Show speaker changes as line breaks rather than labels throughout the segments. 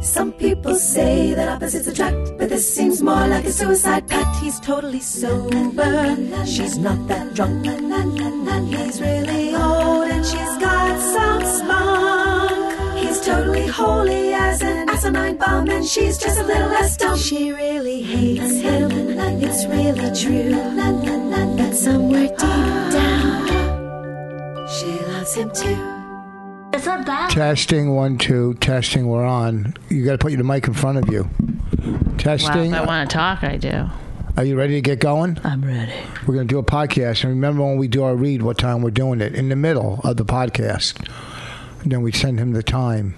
Some people say that opposites attract, but this seems more like a suicide pact. He's totally sober, she's not that drunk. He's really old and she's got some spunk. He's totally holy as an asinine bomb, and she's just a little less dumb. She really hates him, it's really true. But somewhere deep down, she loves him too.
It's not bad.
Testing one two testing. We're on. You got to put your mic in front of you.
Wow,
Testing.
if I want to talk, I do.
Are you ready to get going?
I'm ready.
We're going to do a podcast, and remember when we do our read, what time we're doing it in the middle of the podcast, and then we send him the time.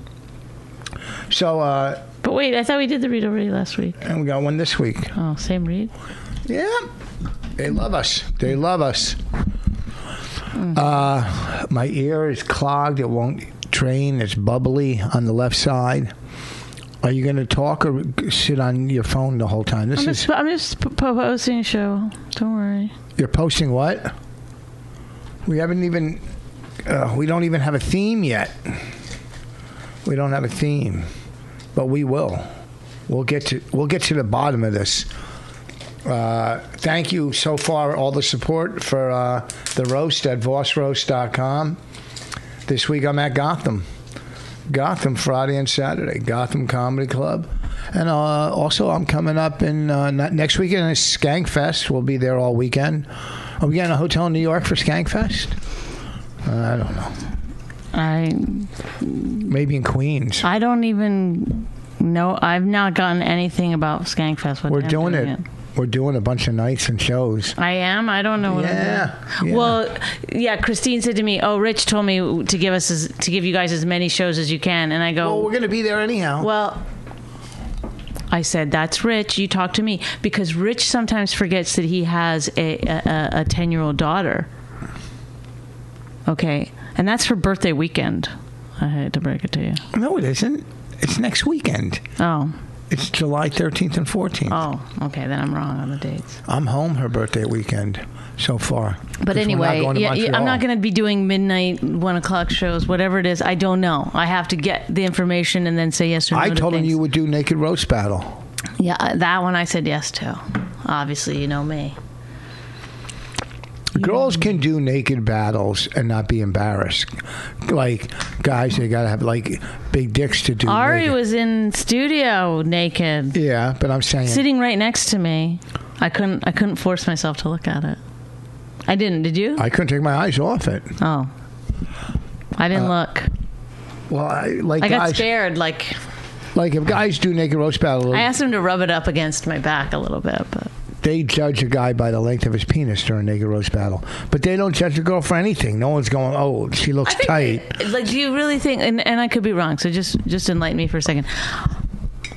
So, uh,
But wait, I thought we did the read already last week.
and we got one this week.
Oh, same read.
Yeah, they love us. They love us. Uh, my ear is clogged. It won't drain. It's bubbly on the left side. Are you going to talk or sit on your phone the whole time? This
I'm
is
just, I'm just p- posting a show. Don't worry.
You're posting what? We haven't even. Uh, we don't even have a theme yet. We don't have a theme, but we will. We'll get to. We'll get to the bottom of this. Uh, thank you so far, all the support for uh, the roast at vossroast.com. This week I'm at Gotham. Gotham Friday and Saturday, Gotham Comedy Club. And uh, also, I'm coming up in uh, not- next weekend is Skankfest. We'll be there all weekend. Are we getting a hotel in New York for Skankfest? Uh, I don't know.
I
Maybe in Queens.
I don't even know. I've not gotten anything about Skankfest. What
We're
I'm
doing it. We're doing a bunch of nights and shows.
I am. I don't know what.
Yeah,
I'm
yeah.
doing. Oh, Well, yeah. Christine said to me, "Oh, Rich told me to give us as, to give you guys as many shows as you can," and I go,
Well, we're going to be there anyhow.
Well, I said that's Rich. You talk to me because Rich sometimes forgets that he has a a- a ten year old daughter. Okay, and that's her birthday weekend. I hate to break it to you.
no, it isn't. It's next weekend.
Oh,
It's July 13th and 14th.
oh, okay. Then I'm wrong on the dates.
I'm home her birthday weekend so far.
But
'Cause we're not
anyway,
going to
yeah, yeah,
Montreal.
I'm not going to be doing midnight, one o'clock shows, whatever it is. I don't know. I have to get the information and then say yes or no.
I
to
told him
things.
you would do naked roast battle.
Yeah, uh, that one I said yes to. Obviously, you know me.
Girls can do naked battles and not be embarrassed. Like guys, they gotta have like big dicks to do.
Ari
naked.
was in studio naked.
yeah, but I'm saying
sitting right next to me. I couldn't I couldn't force myself to look at it. I didn't, did you?
I couldn't take my eyes off it.
oh. I didn't look.
Well, I, like
I got
Uh, guys,
scared like
like if guys do naked roast battle,
I asked him to rub it up against my back a little bit, but
they judge a guy by the length of his penis during naked roast battle, but they don't judge a girl for anything. No one's going, oh, she looks tight.
Like do you really think and, and I could be wrong, so just just enlighten me for a second.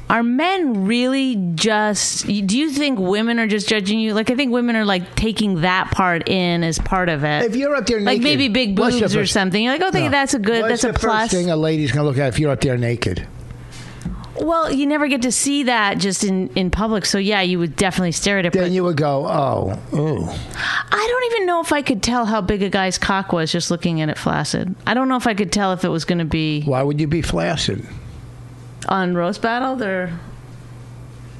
Are men really just do you think women are just judging you? Like I think women are like taking that part in as part of it.
If you're up there naked,
like maybe big
what's the
boobs or
first-
something. You're like, oh, think
No.
that's a good,
What's
that's
the
a plus.
First thing a lady's gonna look at if you're up there naked.
Well, you never get to see that just in, in public. So, yeah, you would definitely stare at it. But
Then you would go, oh, ooh.
I don't even know if I could tell how big a guy's cock was just looking at it flaccid. I don't know if I could tell if it was going to be
Why would you be flaccid?
on Roast Battle or.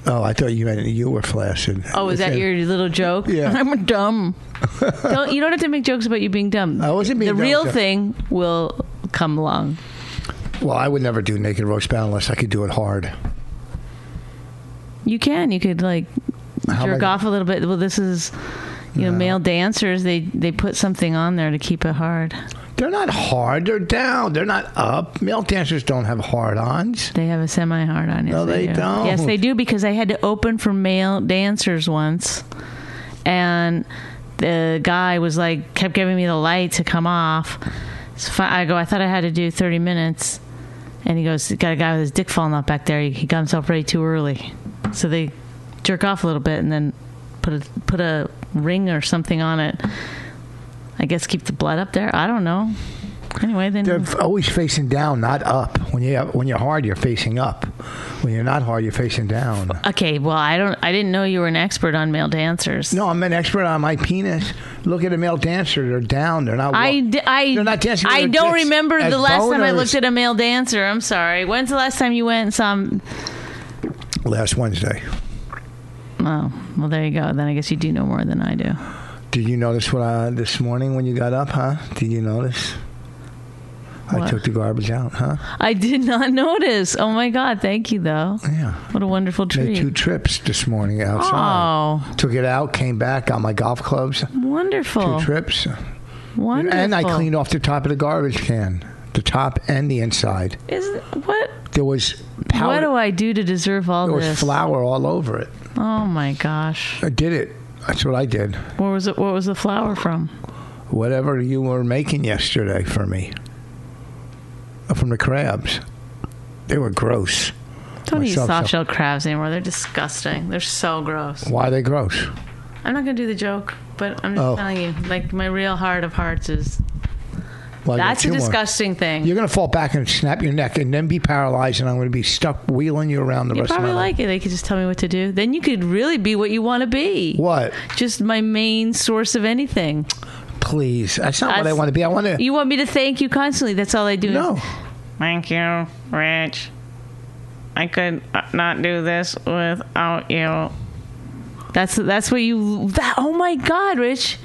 Oh, I thought you meant you were flaccid.
Oh, is that
Okay.
your little joke?
Yeah.
I'm dumb. don't, you don't have to make jokes about you being dumb.
I wasn't being
The
dumb,
real
Jeff.
thing will come along.
Well, I would never do naked roast battle unless I could do it hard.
You can. You could, like,
How am I
jerk
gonna-
off a little bit. Well, this is. You know, male dancers, they, they put something on there to keep it hard.
They're not hard. They're down. They're not up. Male dancers don't have hard-ons.
They have a semi hard on. Yes,
No, they
do.
don't.
Yes, they do because I had to open for male dancers once, and the guy was like kept giving me the light to come off. So fi- I go, I thought I had to do thirty minutes, and he goes, "Got a guy with his dick falling out back there. He, he got himself ready too early." So they jerk off a little bit and then put a put a ring or something on it I guess keep the blood up there. I don't know. Anyway, then
They're always facing down, not up. When you when you're hard, you're facing up. When you're not hard, you're facing down.
okay. Well, I don't. I didn't know you were an expert on male dancers.
No, I'm an expert on my penis. Look at a male dancer; they're down. They're not.
I, d- I,
They're not dancing with
I
their
don't
dicks
remember
as
the last time I
boners.
looked at a male dancer. I'm sorry. When's the last time you went and saw? m-
Last Wednesday,
Oh, well, there you go. Then I guess you do know more than I do.
did you notice what I this morning when you got up? Huh? Did you notice?
What?
I took the garbage out. Huh?
I did not notice. Oh my God! Thank you though.
Yeah.
What a wonderful
Made two
treat.
trips this morning outside.
Oh,
Took it out, came back, got my golf clubs.
wonderful!
Two trips.
Wonderful.
And I cleaned off the top of the garbage can, the top and the inside.
Is what?
There was powder.
What do I do to deserve all
there was
this?
flour all over it.
Oh my gosh!
I did it. That's what I did.
Where was it? What was the flower from?
Whatever you were making yesterday for me, uh, from the crabs, they were gross.
Don't eat
Myself,
soft
so-
shell crabs anymore. They're disgusting. They're so gross.
Why are they gross?
I'm not gonna do the joke, but I'm just
Oh.
telling you. Like my real heart of hearts is
Well, I got
that's a
two more.
disgusting thing.
You're gonna fall back and snap your neck, and then be paralyzed, and I'm gonna be stuck wheeling you around the
You
rest of my
probably
life.
like it. They could just tell me what to do. Then you could really be what you want to be.
What?
Just my main source of anything.
Please, that's not what I
That's-
want to be. I want to.
You want me to thank you constantly. That's all I do. is,
no,
Thank you, Rich. I could uh, not do this without you. That's that's what you. That, oh my God, Rich.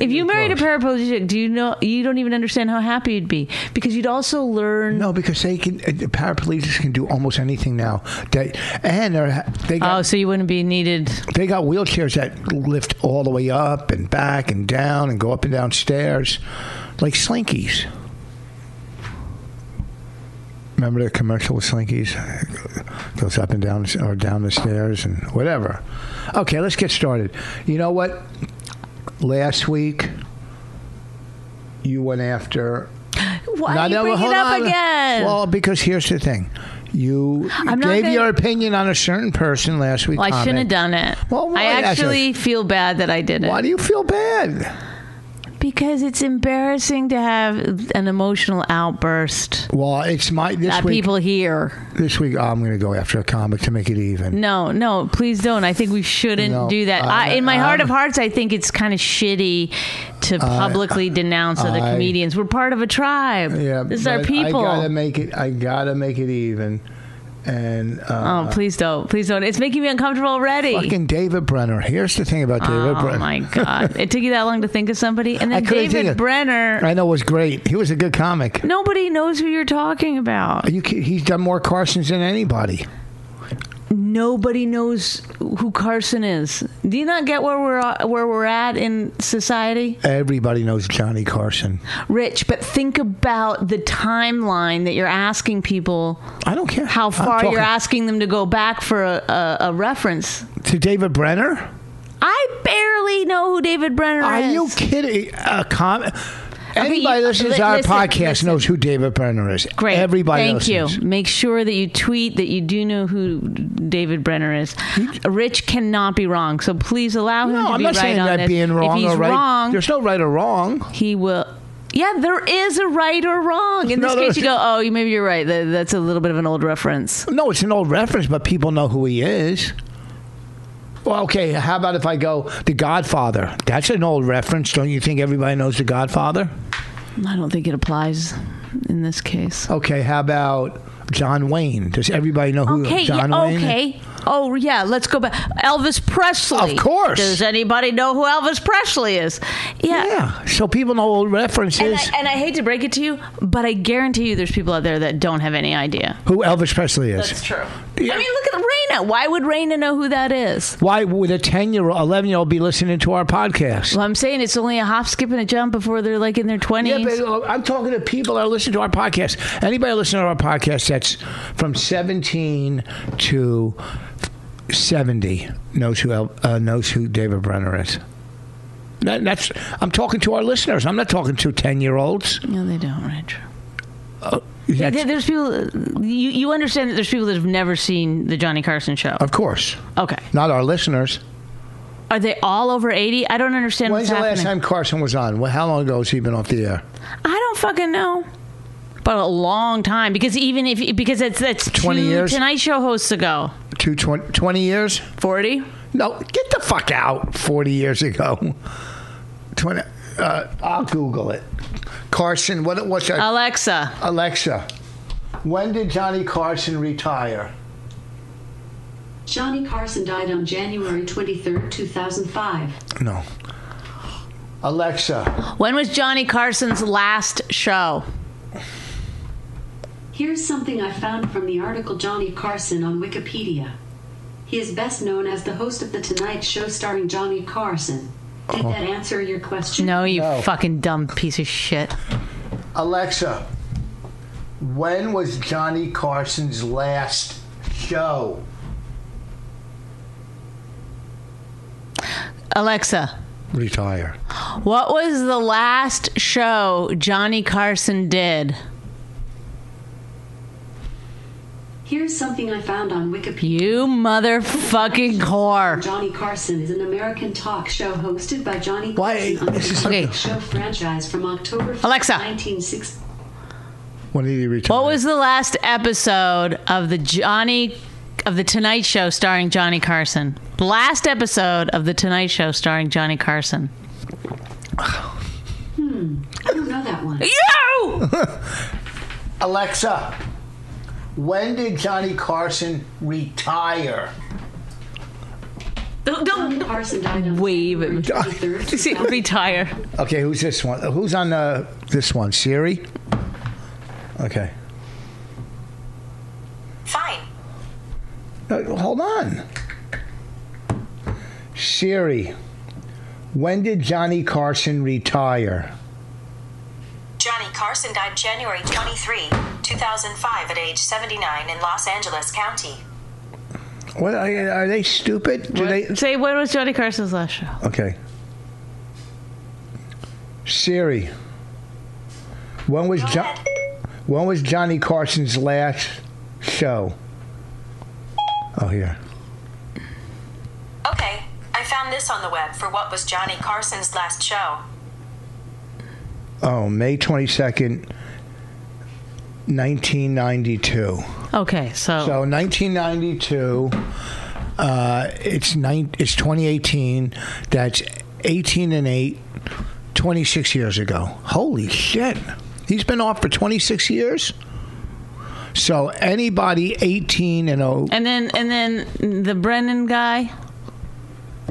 If you married a paraplegic, do you know you don't even understand how happy you'd be because you'd also learn.
no, because they can. Uh, paraplegics can do almost anything now. They and they're, they got
Oh, so you wouldn't be needed.
They got wheelchairs that lift all the way up and back and down and go up and down stairs, like Slinkies. Remember the commercial with Slinkies? It goes up and down or down the stairs and whatever. Okay, let's get started. You know what? Last week, you went after.
Why
Now,
are you
now,
bringing
hold
it up
on.
again?
Well, because here's the thing. You
I'm not
gave
gonna-
your opinion on a certain person last week.
Well, I shouldn't have
comment.
done it.
Well, why
I actually feel bad that I did it
Why do you feel bad?
because it's embarrassing to have an emotional outburst
Well, it's my this
that
week.
people hear.
This week, oh, I'm going to go after a comic to make it even.
No, no, please don't. I think we shouldn't
No,
do that.
I-
I, in my heart
I'm-
of hearts, I think it's kind of shitty to publicly denounce other
I-
comedians. We're part of a tribe.
Yeah,
this is our
but I gotta Oh,
people.
make it. I gotta make it even. And uh,
Oh, please don't. Please don't. It's making me uncomfortable already.
fucking David Brenner. Here's the thing about David
oh
Brenner.
my god! it took you that long to think of somebody, and
I
then
couldn't think
David
of-
Brenner.
I know was great. He was a good comic.
Nobody knows who you're talking about.
You, ki- he's done more Carson's than anybody.
nobody knows who Carson is. Do you not get where we're where we're at in society,
Everybody knows Johnny Carson.
Rich? But think about the timeline that you're asking people.
I don't care
How
I'm
far
talking
you're asking them to go back for a, a, a reference?
to David Brenner?
I barely know who David Brenner
Are
is.
you kidding? A com- Anybody
you-
listening
li-
to our
listen,
podcast
listen.
knows who David Brenner is.
Great.
Everybody
Thank
listens.
you. Make sure that you tweet that you do know who David Brenner is. Rich cannot be wrong, so please allow him
No,
to
I'm
be
not
right
saying
on
that
this.
being wrong
if he's
or right.
wrong,
There's no right or wrong.
he will. Yeah, there is a right or wrong. In
No,
this
there
case, you
isn't.
go, oh, you, maybe you're right. That, that's a little bit of an old reference.
No, it's an old reference, but people know who he is. Well, okay. How about if I go The Godfather? That's an old reference. Don't you think everybody knows The Godfather?
I don't think it applies in this case.
Okay. How about John Wayne? Does everybody know who
Okay,
John
yeah,
Wayne? is?
okay. Oh, yeah, let's go back. Elvis Presley.
Of course.
Does anybody know who Elvis Presley is? Yeah.
Yeah. So people know old
And,
references.
I, and I hate to break it to you, but I guarantee you there's people out there that don't have any idea.
who Elvis Presley is?
That's true.
Yeah.
I mean, look at Raina. Why would Raina know who that is?
Why would a ten-year-old, eleven-year-old be listening to our podcast?
Well, I'm saying it's only a hop, skip, and a jump before they're like in their 20s.
Yeah, but uh, I'm talking to people that listen to our podcast. Anybody listening to our podcast that's from 17 to 70 knows who El- uh, knows who David Brenner is. That, that's I'm talking to our listeners. I'm not talking to Uh, 10 year olds.
No, they don't, Rich. There-
Of
There's people. You you understand that there's people that have never seen the Johnny Carson show.
course,
Okay.
not our listeners.
Are they all over 80? I don't understand
When's
what's
the
happening.
last time Carson was on? Well, how long ago has he been off the air?
I don't fucking know. But a long time because even if because it's that's
20
two
years?
Tonight Show hosts ago.
Two, 20, 20 years?
Forty.
No, get the fuck out. Forty years ago, twenty. Uh, I'll Google it. Carson, what what's that?
Alexa,
Alexa, when did Johnny Carson retire?
Johnny Carson died on January 23, 2005.
No. Alexa,
when was Johnny Carson's last show?
Here's something I found from the article Johnny Carson on Wikipedia. He is best known as the host of The Tonight Show starring Johnny Carson. Did that answer your question?
Oh. No, you
No.
fucking dumb piece of shit.
Alexa, when was Johnny Carson's last show?
Alexa,
Retire.
what was the last show Johnny Carson did?
Here's something I found on Wikipedia.
You motherfucking whore.
Johnny Carson is an American talk show hosted by Johnny
Why?
Carson on the
This is-
Okay.
show franchise from October 1st,
Alexa.
1960.
When did he retire?
What was the last episode of the Johnny of the Tonight Show starring Johnny Carson? Last episode of the Tonight Show starring Johnny Carson.
I don't know that one.
You!
Alexa, when did Johnny Carson retire?
don't don't
Johnny Carson died on
wave at
January
me.
23rd,
See,
2005.
retire.
Okay, who's this one? Who's on uh, this one? Siri? Okay.
Fine.
No, hold on. Siri, when did Johnny Carson retire?
Johnny Carson died January 23, 2005, at age 79 in Los Angeles County.
What are are they stupid? Do they?
Say when was Johnny Carson's last show?
Okay. Siri, when was
Go
jo-
ahead.
when was Johnny Carson's last show? Oh, here.
Okay, I found this on the web for what was Johnny Carson's last show.
Oh, May twenty second, nineteen ninety two.
Okay, so,
So 1992. Uh, it's nine, It's 2018. That's 18 and eight. 26 years ago. Holy shit! He's been off for 26 years. So anybody 18 and oh
and then and then the Brennan guy,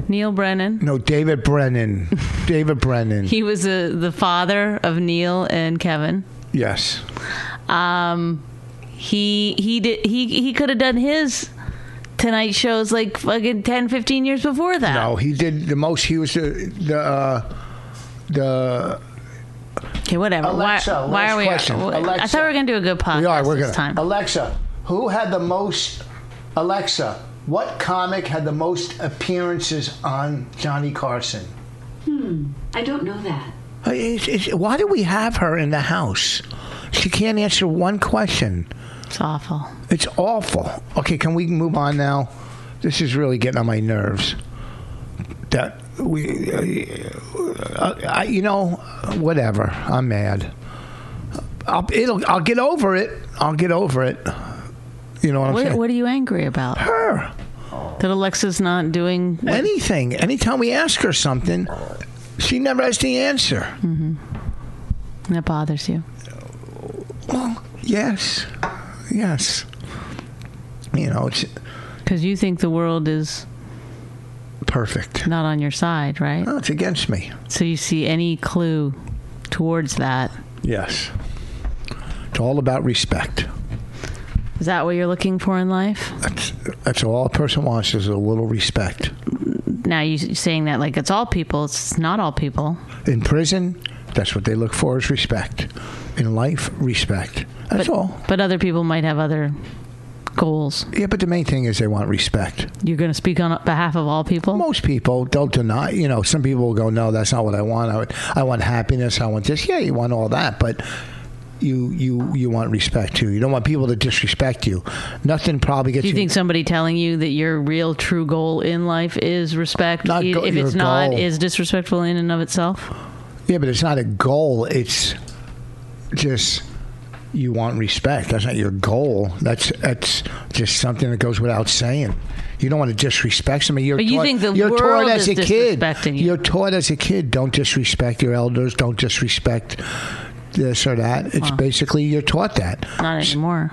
Neil Brennan.
no David Brennan, David Brennan.
He was uh the father of Neil and Kevin.
yes.
um he he did he he could have done his tonight shows like fucking 10 15 years before that
No, he did the most. He was the the uh, the.
okay whatever
Alexa,
why, why
last
are we
question.
i
Alexa.
thought we were gonna do a good podcast
We are. We're
this
gonna.
time
Alexa, who had the most? Alexa, what comic had the most appearances on Johnny Carson?
I don't know that.
Uh, why do we have her in the house? She can't answer one question.
it's awful
It's awful. Okay, can we move on now? This is really getting on my nerves. That we, uh, I, you know, whatever. I'm mad. I'll, it'll, I'll get over it. I'll get over it. You know what I'm
what,
saying?
what are you angry about
her.
that alexa's not doing
Anything. Anytime we ask her something, she never has the answer.
that bothers you
Well, yes, yes. You know, it's
because you think the world is
perfect.
not on your side right
No, it's against me.
so you see any clue towards that
Yes. It's all about respect.
is that what you're looking for in life
That's, that's all a person wants is a little respect.
now you- you're saying that like it's all people it's not all people
In prison, that's what they look for is respect. In life, respect. That's all.
But other people might have other goals.
Yeah, but the main thing is they want respect.
You're going to speak on behalf of all people?
Most people they'll deny. You know, some people will go, "No, that's not what I want. I, I want happiness. I want this. Yeah, you want all that, but you you you want respect too. You don't want people to disrespect you. Nothing probably gets
Do
you.
you think somebody telling you that your real true goal in life is respect,
Not
e-
go-
if
your
it's not,
goal.
is disrespectful in and of itself?
yeah, but it's not a goal. It's just you want respect. That's not your goal. That's that's just something that goes without saying. You don't want to disrespect somebody. You're
But you
taught,
think the
you're taught
world
as
is
a kid.
disrespecting you.
You're taught as a kid. Don't disrespect your elders. Don't disrespect this or that. It's basically you're taught that.
Not anymore.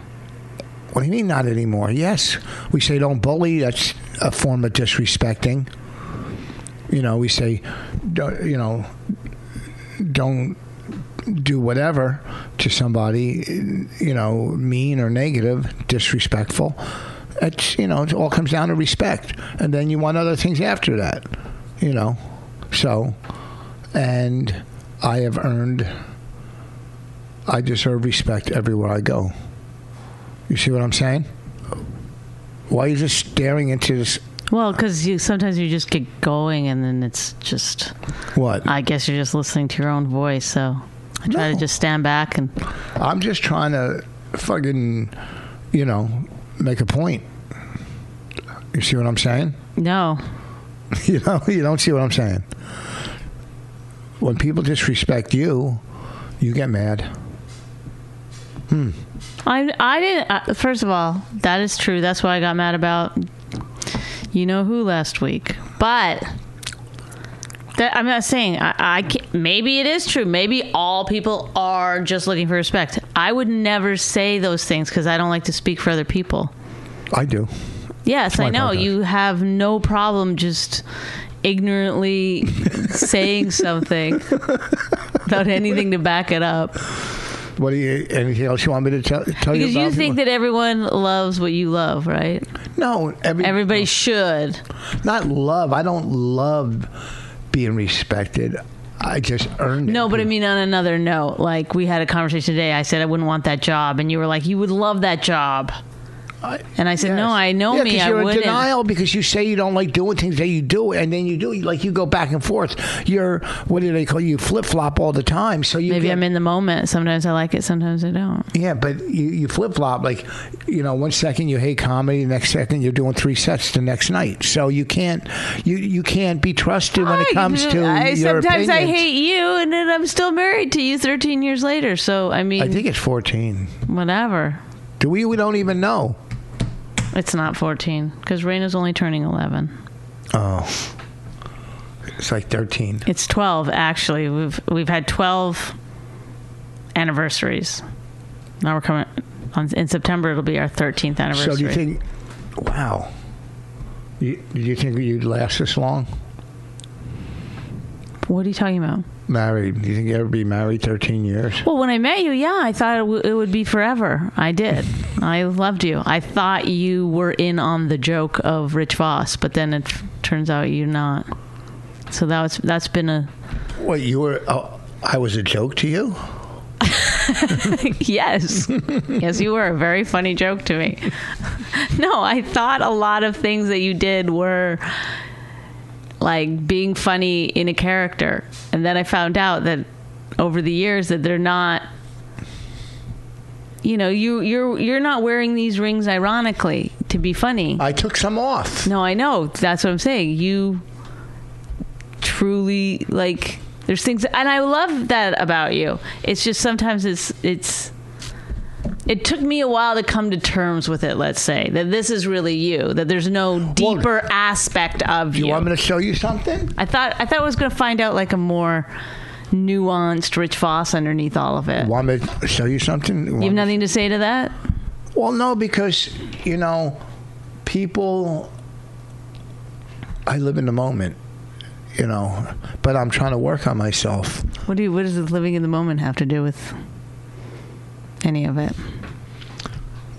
What do you mean not anymore? Yes, we say don't bully. That's a form of disrespecting. You know, we say, don't, you know, don't do whatever to somebody. You know, mean or negative, disrespectful. It's you know, it all comes down to respect, and then you want other things after that. You know, so and I have earned. I deserve respect everywhere I go. You see what I'm saying? Why are you just staring into this?
Well, because you sometimes you just get going, and then it's just.
What?
I guess you're just listening to your own voice. So I try
No.
to just stand back and
I'm just trying to fucking, you know, make a point. You see what I'm saying?
no.
You know, you don't see what I'm saying. When people disrespect you, you get mad.
I I didn't. Uh, first of all, that is true. That's why I got mad about you know who last week. But that I'm not saying I, I can't, maybe it is true. Maybe all people are just looking for respect. I would never say those things because I don't like to speak for other people.
I do.
Yes, I
my
know
podcast.
you have no problem just ignorantly saying something without anything to back it up.
What do you? Anything else you want me to tell, tell you
Because
about?
you think that everyone loves what you love, right?
no, every,
Everybody should.
not love. I don't love being respected. I just earned it.
No, but I mean, on another note, like we had a conversation today. I said I wouldn't want that job, and you were like, "You would love that job."
I-
And I said, "No, I know
yeah,
me,
'cause
I
you're in
wouldn't."
denial because you say you don't like doing things that you do, and then you do. Like you go back and forth. You're what do they call you? Flip flop all the time. So you
Maybe
get-
I'm in the moment. Sometimes I like it, sometimes I don't.
Yeah, but you, you flip flop. Like you know, one second you hate comedy, the next second you're doing three sets the next night. So you can't you you can't be trusted when it
I-
comes to
I,
your
sometimes I
opinions.
hate you, and then I'm still married to you 13 years later. So I mean,
I think it's fourteen.
whatever.
Do we? We don't even know.
It's not 14 because Raina's only turning 11.
Oh, it's like thirteen.
It's 12 actually. We've we've had 12 anniversaries. Now we're coming on in September. It'll be our 13th anniversary.
So do you think? Wow. You, do you think you'd last this long?
What are you talking about?
married. Do you think you ever be married 13 years?
Well, when I met you, yeah, I thought it, w- it would be forever. I did. I loved you. I thought you were in on the joke of Rich Voss, but then it f- turns out you're not. So that was that's been a
What, you were, oh, I was a joke to you?
yes. yes, you were a very funny joke to me. no, I thought a lot of things that you did were like being funny in a character. And then I found out that over the years that they're not you know, you you're you're not wearing these rings ironically to be funny.
I took some off.
No, I know. That's what I'm saying. You truly like there's things and I love that about you. It's just sometimes it's it's it took me a while to come to terms with it, let's say. That this is really you, that there's no deeper aspect of
You
you.
want me to show you something?
I thought I thought I was going to find out like a more nuanced Rich Voss underneath all of it.
Want me to show you something?
You have
Want-
nothing to say to that?
Well, no, because, you know, people, I live in the moment, you know, but I'm trying to work on myself.
What do you, what does the living in the moment have to do with any of it?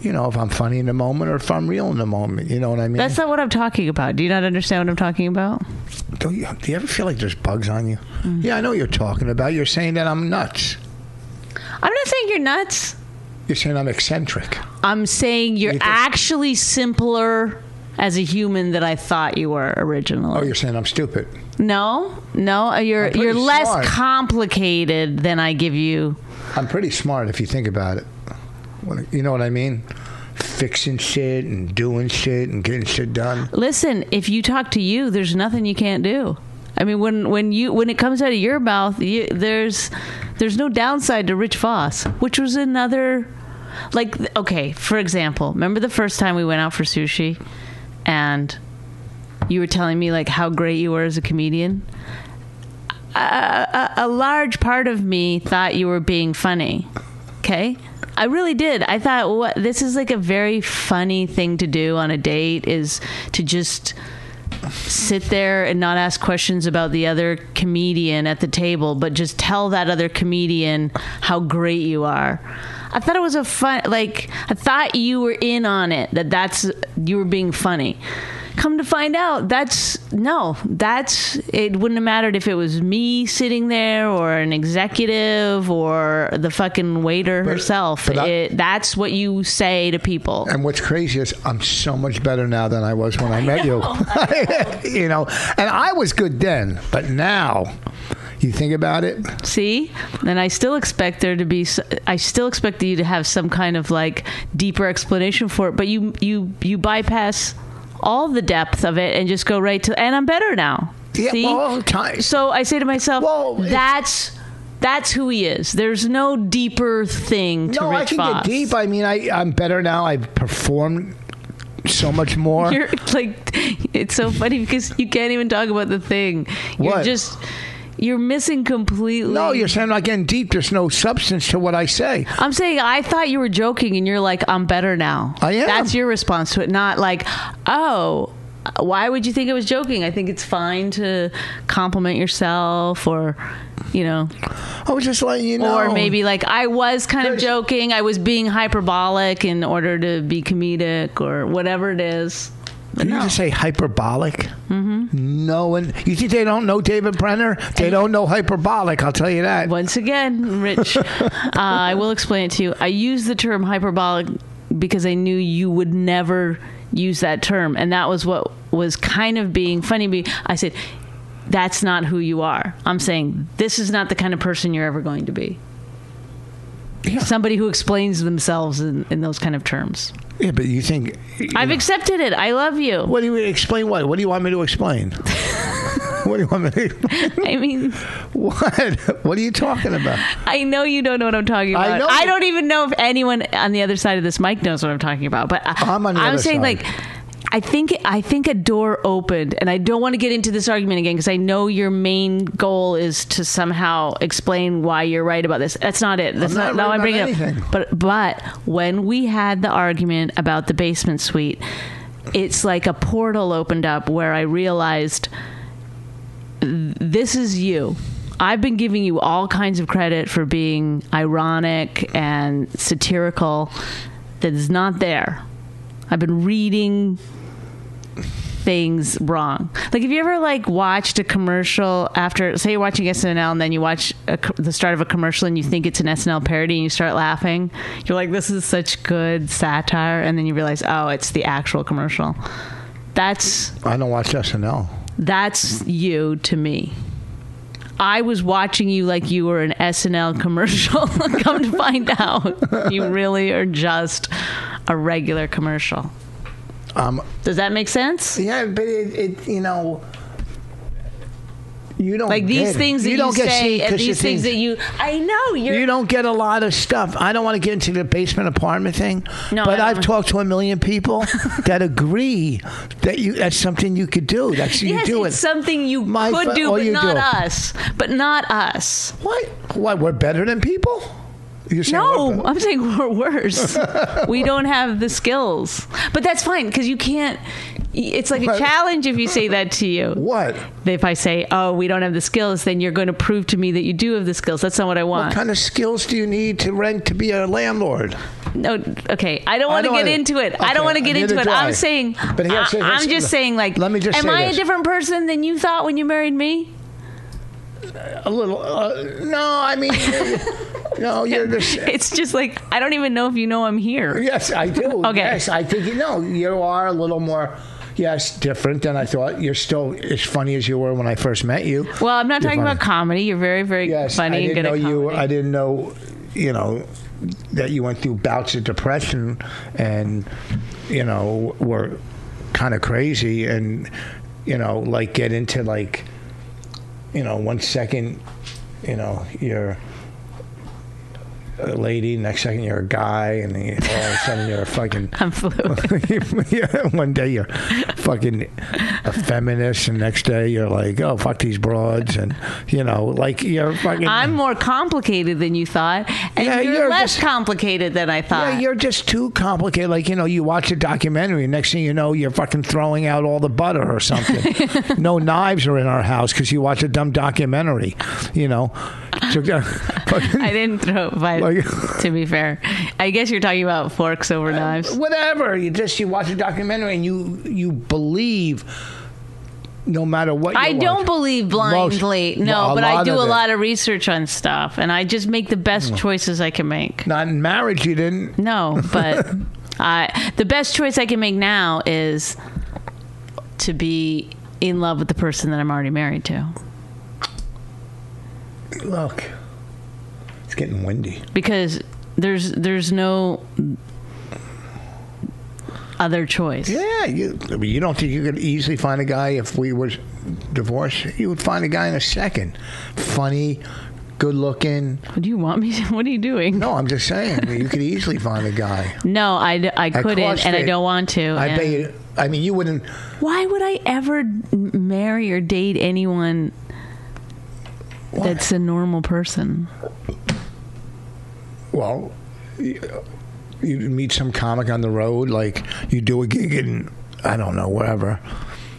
You know, if I'm funny in the moment or if I'm real in the moment. You know what I mean?
That's not what I'm talking about. Do you not understand what I'm talking about?
do, you, do you ever feel like there's bugs on you? Yeah, I know what you're talking about. You're saying that I'm nuts.
I'm not saying you're nuts.
You're saying I'm eccentric.
I'm saying you're
You just-
actually simpler as a human than I thought you were
Oh,
originally.
you're saying I'm stupid.
no, no, you're
pretty
you're less
smart.
complicated than I give you
I'm pretty smart if you think about it. What- You know what I mean? Fixing shit and doing shit and getting shit done.
Listen, if you talk to you, there's nothing you can't do. I mean, when when you when it comes out of your mouth, you, there's there's no downside to Rich Voss, which was another like th- okay, for example, remember the first time we went out for sushi and you were telling me like how great you were as a comedian? A, a, a large part of me thought you were being funny. Okay? I really did. I thought what this is like a very funny thing to do on a date is to just sit there and not ask questions about the other comedian at the table, but just tell that other comedian how great you are. I thought it was a fun, like, I thought you were in on it, that that's, you were being funny. Come to find out, that's, no, that's, it wouldn't have mattered if it was me sitting there or an executive or the fucking waiter herself.
but I-
it, that's what you say to people.
And what's crazy is I'm so much better now than I was when I met you. you know, and I was good then, but now you think about it,
See, and I still expect there to be. s- I still expect you to have some kind of like deeper explanation for it. But you you you bypass all the depth of it and just go right to. And I'm better now.
Yeah,
See,
well, ti-
so I say to myself,
Well, it's-
that's that's who he is. There's no deeper thing to
no,
Rich
I can
Voss.
get deep. I mean, I I'm better now. I've performed so much more.
You're like, it's so funny because you can't even talk about the thing. You're
What?
just you're missing completely.
no, you're saying I'm not getting deep. There's no substance to what I say.
I'm saying I thought you were joking, and you're like, "I'm better now."
I am.
That's your response to it, not like, "Oh, why would you think I was joking?" I think it's fine to compliment yourself, or you know,
I was just letting you know.
or maybe like, "I was kind of
There's-
joking. I was being hyperbolic in order to be comedic, or whatever it is." But
Did you
no.
just say hyperbolic? Mm-hmm. No one. You think they don't know David Brenner? They don't know hyperbolic. I'll tell you that.
Once again, Rich, uh, I will explain it to you. I use the term hyperbolic because I knew you would never use that term, and that was what was kind of being funny. Be I said, "That's not who you are." I'm saying this is not the kind of person you're ever going to be. Somebody who explains themselves in, in those kind of terms.
Yeah, but you think. you
I've
know-
accepted it. I love you.
what do you explain? What? What do you want me to explain? what do you want me to? Explain?
I mean,
What? What are you talking about?
I know you don't know what I'm talking
I
about. I,
know.
don't even know if anyone on the other side of this mic knows what I'm talking about. But I,
I'm on the
I'm
other
saying
side.
like. I think I think a door opened, and I don't want to get into this argument again because I know your main goal is to somehow explain why you're right about this. That's not it. That's
not
not, now
right
I'm
about
bringing it
anything.
up. But but when we had the argument about the basement suite, it's like a portal opened up where I realized this is you. I've been giving you all kinds of credit for being ironic and satirical that is not there. I've been reading things wrong. Like, have you ever like watched a commercial after, say, you're watching SNL and then you watch a, co- the start of a commercial and you think it's an SNL parody and you start laughing? You're like, this is such good satire, and then you realize, oh, it's the actual commercial. That's
I don't watch SNL.
that's you to me. I was watching you like you were an SNL commercial. Come to find out, you really are just a regular commercial.
Um,
Does that make sense?
Yeah, but it, it you know, you don't
Like these
get it.
things that you,
don't get
say,
seen
and
'cause you
these things that
think-
you, I know you're.
you don't get a lot of stuff. I don't want to get into the basement apartment thing,
No,
but
I
I've
don't.
talked to a million people that agree that you that's something you could do. That's you
yes,
do
it's
it.
something you
My
could
fa-
do,
or
but
you
not
do.
us. But not us.
what? What? We're better than people? You're saying we're
No,
better-
I'm saying we're worse. we don't have the skills. But that's fine because you can't. It's like a
What?
challenge if you say that to you.
What?
if I say, "Oh, we don't have the skills," then you're going to prove to me that you do have the skills. That's not what I
What
want.
kind of skills do you need to rent to be a landlord?
no, okay. I don't want to
don't
get
wanna-
into it. I don't
okay,
want to get
neither
into it.
do I.
I'm saying,
But here's-
I,
here's-
am just saying, like,
Let me just
am
say
I
this.
a different person than you thought when you married me?
A little? Uh, no, I mean, no. You're just
It's just like I don't even know if you know I'm here.
Yes, I do.
Okay.
Yes, I think you know you are a little more. Yes, different than I thought. You're still as funny as you were when I first met you.
Well, I'm not
You're
talking
funny.
about comedy. You're very, very
yes,
funny
I
and
didn't
good
know
at comedy.
you. I didn't know you know that you went through bouts of depression and you know were kind of crazy and you know like get into like you know one second you know you're a lady next second you're a guy and then you- all of a sudden you're a fucking
I'm fluid.
yeah, one day you're fucking a feminist, and next day you're like, oh fuck these broads, and you know, like you're fucking.
I'm more complicated than you thought, and
Yeah,
you're,
you're
less
just-
complicated than I thought.
Yeah, you're just too complicated. Like you know, you watch a documentary, and next thing you know, you're fucking throwing out all the butter or something. no knives are in our house because you watch a dumb documentary. You know, So, uh, fucking-
I didn't throw, but
Like-
to be fair, I guess you're talking about forks over knives.
whatever. Uh, You just you watch a documentary and you you believe. No matter what, you
I don't
watch.
believe blindly,
Most-
no,
a
but I
lot
do
of
a
it. Mm.
lot of research on stuff, and I just make the best choices I can make.
Not in marriage, you didn't.
No, but I the best choice I can make now is to be in love with the person that I'm already married to
Look, it's getting windy.
because there's there's no other choice.
Yeah, you I mean, you don't think you could easily find a guy if we were divorced? You would find a guy in a second. Funny, good looking.
What do you want me? To, what are you doing?
No, I'm just saying I mean, you could easily find a guy.
No, I, d- I couldn't, and I
CrossFit,
don't want to.
I
and-
bet you. I mean, you wouldn't.
Why would I ever marry or date anyone that's a normal person?
Well, you you'd meet some comic on the road, like you do a gig in I don't know wherever.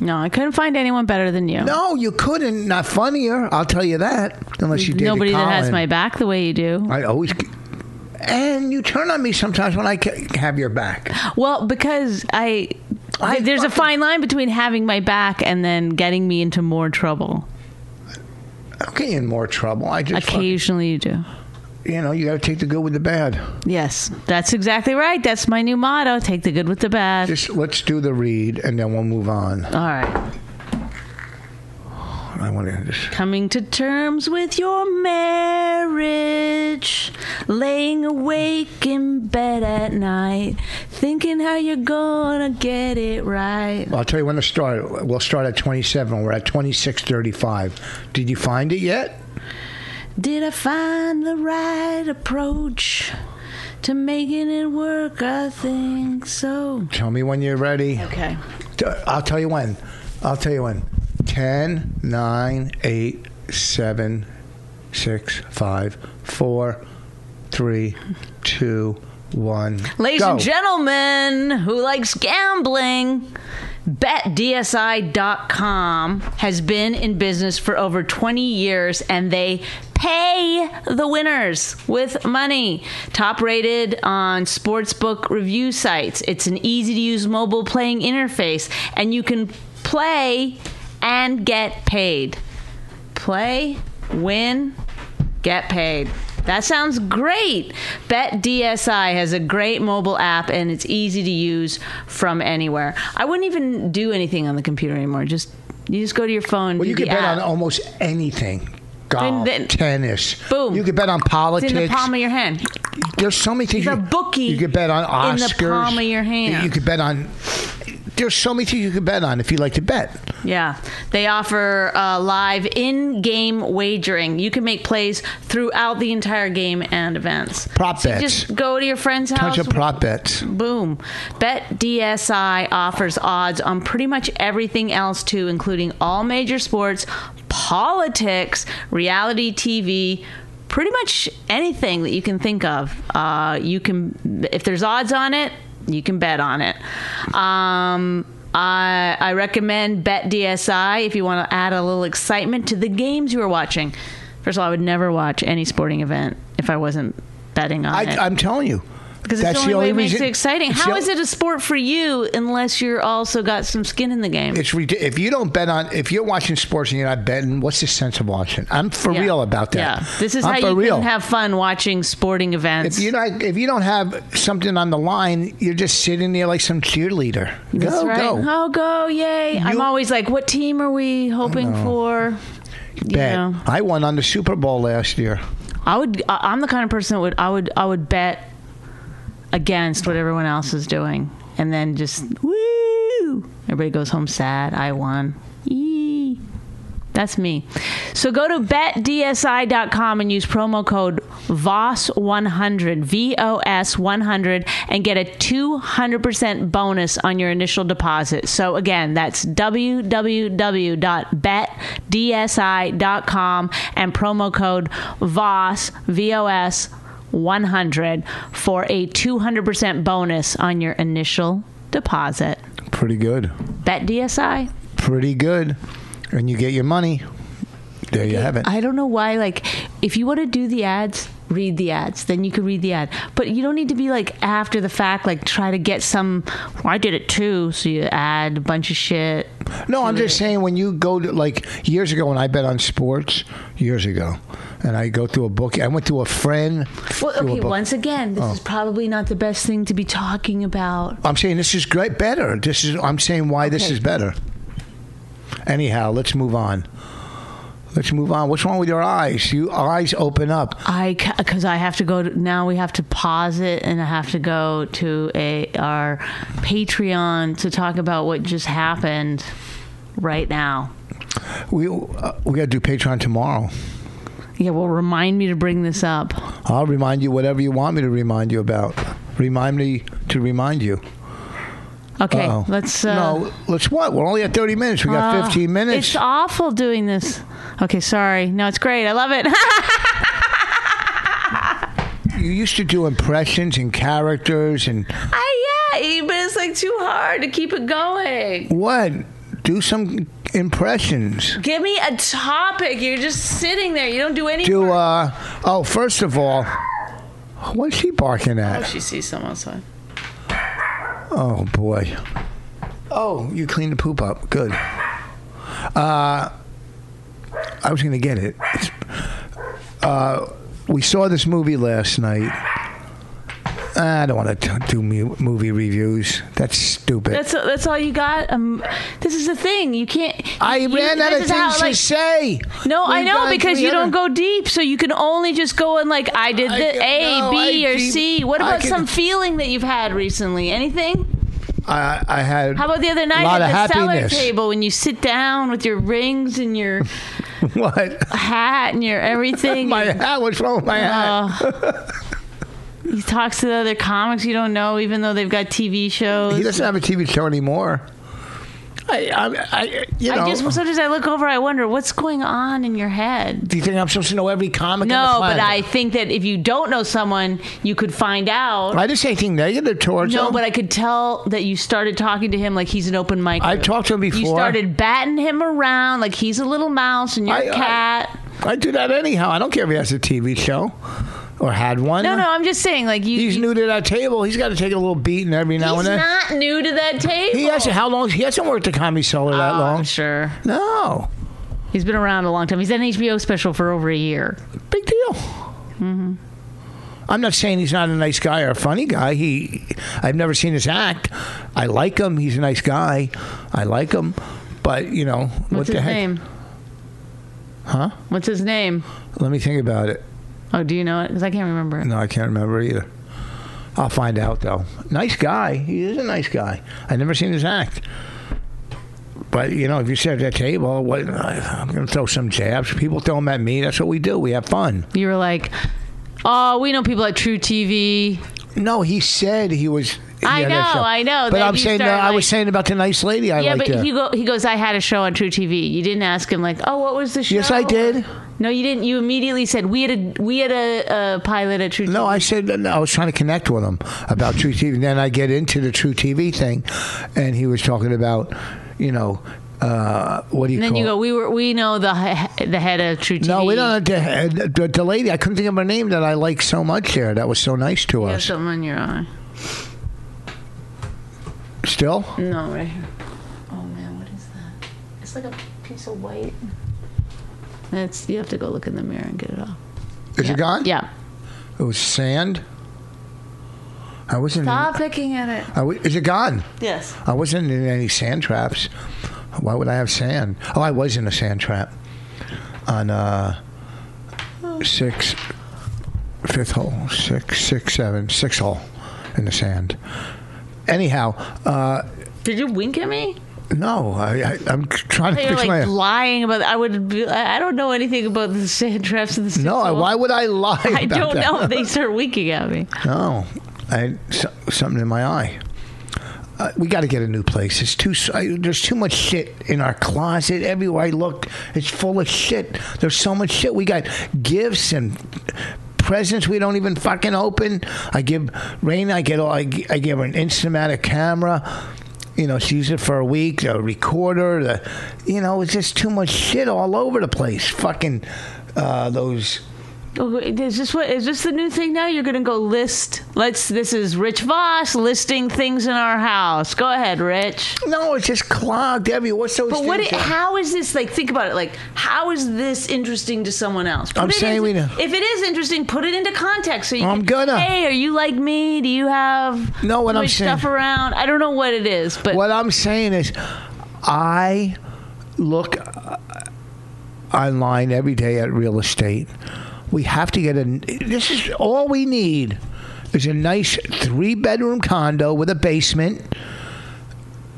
No, I couldn't find anyone better than you.
No, you couldn't. Not funnier. I'll tell you that. Unless you did.
Nobody that has my back the way you do.
I always. And you turn on me sometimes when I ca- have your back.
Well, because I,
I
there's a
fucking-
fine line between having my back and then getting me into more trouble.
I'm getting in more trouble. I just, fucking-
Occasionally, you do.
you know, you got to take the good with the bad.
Yes, that's exactly right. That's my new motto: take the good with the bad.
Just let's do the read, and then we'll move on.
All right,
I want to just.
coming to terms with your marriage, laying awake in bed at night, thinking how you're gonna get it right.
I'll tell you when to start. We'll start at 27. We're at 26:35. Did you find it yet?
Did I find the right approach to making it work? I think so.
Tell me when you're ready.
Okay.
T- I'll tell you when. I'll tell you when. 10, 9, 8, 7, 6, 5, 4, 3, 2, 1.
Ladies
go.
and gentlemen who likes gambling, betdsi.com has been in business for over 20 years and they pay the winners with money. Top rated on sportsbook review sites. It's an easy to use mobile playing interface and you can play and get paid. Play, win, get paid. That sounds great. BetDSI has a great mobile app and it's easy to use from anywhere. I wouldn't even do anything on the computer anymore. Just you just go to your phone.
Well,
do
you
the
could bet
app.
on almost anything. Golf,
Then- then-
tennis.
Boom.
You could bet on politics.
It's in the palm of your hand.
There's so many things.
He's a
you-
bookie
You could bet on
in the
Oscars.
palm of your hand.
You could bet on. There's so many things you could bet on if you like to bet.
Yeah. They offer uh, live in game wagering. You can make plays throughout the entire game and events.
Prop
So you
bets.
Just go to your friend's house.
Bunch of prop bets.
Boom. BetDSI offers odds on pretty much everything else, too, including all major sports, politics, reality TV. Pretty much anything that you can think of, uh, you can. If there's odds on it, you can bet on it. Um, I, I recommend BetDSI if you want to add a little excitement to the games you are watching. First of all, I would never watch any sporting event if I wasn't betting on
I,
it.
I'm telling you.
Because it's
that's
the only, way it makes
reason-
it exciting.
it's
How
the-
is it a sport for you unless you're also got some skin in the game?
It's ridi- if you don't bet on if you're watching sports and you're not betting, what's the sense of watching? I'm for
Yeah.
real about that.
Yeah, this is
I'm
how
for
you
real.
can have fun watching sporting events.
If you don't, if you don't have something on the line, you're just sitting there like some cheerleader.
That's
go,
right.
go.
Oh, go! Yay! I'm
You-
always like, what team are we hoping for? You
bet.
know.
I won on the Super Bowl last year.
I would. I- I'm the kind of person that would. I would. I would bet against what everyone else is doing, and then just woo. Everybody goes home sad. I won. Yee. That's me. So go to betdsi.com and use promo code VOS100, V O S 100, and get a 200% bonus on your initial deposit. So again, that's www.betdsi.com and promo code VOS, V O S 100 for a 200% bonus on your initial deposit.
Pretty good.
BetDSI.
Pretty good. And you get your money. There you have it.
I don't know why. Like, if you want to do the ads, read the ads. Then you could read the ad. But you don't need to be like after the fact. Like, try to get some. "Well, I did it too. So you add a bunch of shit.
No, I'm just saying when you go to like years ago when I bet on sports years ago, and I go through a book. I went to a friend. through
Well,
a oh.
okay.
book-
Once again, this is probably not the best thing to be talking about.
I'm saying this is great, better. This is. I'm saying why this
Okay.
is better. Anyhow, let's move on. Let's move on. What's wrong with your eyes? Your eyes open up.
I because I have to go to, now. We have to pause it, and I have to go to a our Patreon to talk about what just happened right now.
We uh, we got to do Patreon tomorrow.
Yeah, well, remind me to bring this up.
I'll remind you whatever you want me to remind you about. Remind me to remind you.
Okay,
Uh-oh.
let's. Uh,
no, let's what? We're only at 30 minutes. We got
Ah,
15 minutes.
It's awful doing this. Okay, sorry. No, it's great. I love it.
you used to do impressions and characters and
I, yeah, but it's like too hard to keep it going.
what? Do some impressions.
Give me a topic. You're just sitting there. You don't do anything.
Do uh oh, first of all, what's she barking at?
she sees someone outside.
Oh boy. Oh, you cleaned the poop up. Good. Uh I was gonna get it. It's- uh we saw this movie last night. I don't want to do mu- movie reviews. That's stupid.
That's that's all you got. Um, this is the thing. You can't.
I
you-
ran out
this
of
is how,
things
like-
to say.
No, I
We've
know
gone
because you
300
don't go deep, so you can only just go in like I did
I
the
go-
A,
no,
B,
I
or
keep-
C. What
I
about
can-
some feeling that you've had recently? Anything?
I, I had.
How about the other night
a lot
at
of
the
happiness.
cellar table when you sit down with your rings and your
What?
hat and your everything?
My
and,
hat? What's wrong with my hat?
uh, he talks to the other comics you don't know, even though they've got TV
He
shows.
doesn't have a TV show anymore. I, I, I you know.
I just sometimes I look over, I wonder what's going on in your head.
do you think I'm supposed to know every comic?
No,
on the
but I
planet?
think that if you don't know someone, you could find out.
I didn't say anything negative towards
no,
him.
but I could tell that you started talking to him like he's an open mic.
I've
dude.
talked to him
You
before.
started batting him around like he's a little mouse and you're
I-
a
I-
cat.
I do that anyhow. I don't care if he has a TV show or had one.
no, no, I'm just saying like you.
He's
you-
new to that table. He's got to take a little beating every now
He's
and then.
not new to that table.
he hasn't. How long? He hasn't worked at Comedy Cellar that
Oh,
long.
I'm sure.
No,
He's been around a long time. He's had an HBO special for over a year.
big deal.
Mm-hmm.
I'm not saying he's not a nice guy or a funny guy. He, I've never seen his act. I like him. He's a nice guy. I like him. But you know
What's
what
his
the heck?
name?
Huh?
What's his name?
Let me think about it.
Oh, do you know it? Because I can't remember. it.
No, I can't remember either. I'll find out though. Nice guy. He is a nice guy. I've never seen his act. But you know, if you sit at that table, what, I'm going to throw some jabs. People throw them at me. That's what we do. We have fun.
You were like, oh, we know people at True TV.
No, he said he was.
I
yeah,
know,
that's-
I know.
But
Then
I'm
you
saying,
start,
uh, I
like-
was saying about the nice lady. I
Yeah,
liked
but
her.
he, go, he goes, I had a show on True TV. You didn't ask him, like, oh, what was the show?
Yes, I did.
No, you didn't. You immediately said, we had a, we had a, a pilot at True TV.
No, I said no, I was trying to connect with him about True TV. And then I get into the True TV thing, and he was talking about, you know, uh, what do you
And then
call?
you go,
it?
we were we know the he- the head of True TV.
no, we don't. have The, the, the lady, I couldn't think of her name that I liked so much. There, that was so nice to
You have
us.
something on your eye.
Still,
No, right here. Oh man, what is that? It's like a piece of white. It's you have to go look in the mirror and get it off.
is
yeah.
it gone?
Yeah.
It was sand. I wasn't. in-
Stop picking at it.
I w- is it gone?
Yes.
I wasn't in any sand traps. Why would I have sand? Oh, I was in a sand trap on uh, six fifth hole, six, six, seven, six hole in the sand. Anyhow, uh,
Did you wink at me?
no, I, I, I'm trying to
You're
fix
like
my.
lying about. I would. Be, I I don't know anything about the sand traps and the sand
no, I,
hole.
why would I lie?
I
about
don't
that?
know. They start winking at me.
No, Oh, I so, something in my eye. Uh, we got to get a new place. It's too. s- I, there's too much shit in our closet. Everywhere I look, it's full of shit. There's so much shit. We got gifts and presents we don't even fucking open. I give Raina. I get all. I, g- I give her an Instamatic camera. You know, she used it for a week. A recorder. The, you know, it's just too much shit all over the place. Fucking uh, those.
Oh, Is this what? Is this the new thing now? You're gonna go list. Let's. This is Rich Voss listing things in our house. Go ahead, Rich.
No, it's just clogged everywhere. What's those?
But what?
things
It,
that-
how is this? Like, think about it. Like, how is this interesting to someone else? Put
I'm
it
saying
into-
we know.
If it is interesting, put it into context. So you
I'm
can,
gonna.
Hey, are you like me? Do you have
No, what I'm
much
saying-
stuff around? I don't know what it is, but
What I'm saying is, I look uh, online every day at real estate. We have to get a. This is all we need is a nice three bedroom condo with a basement.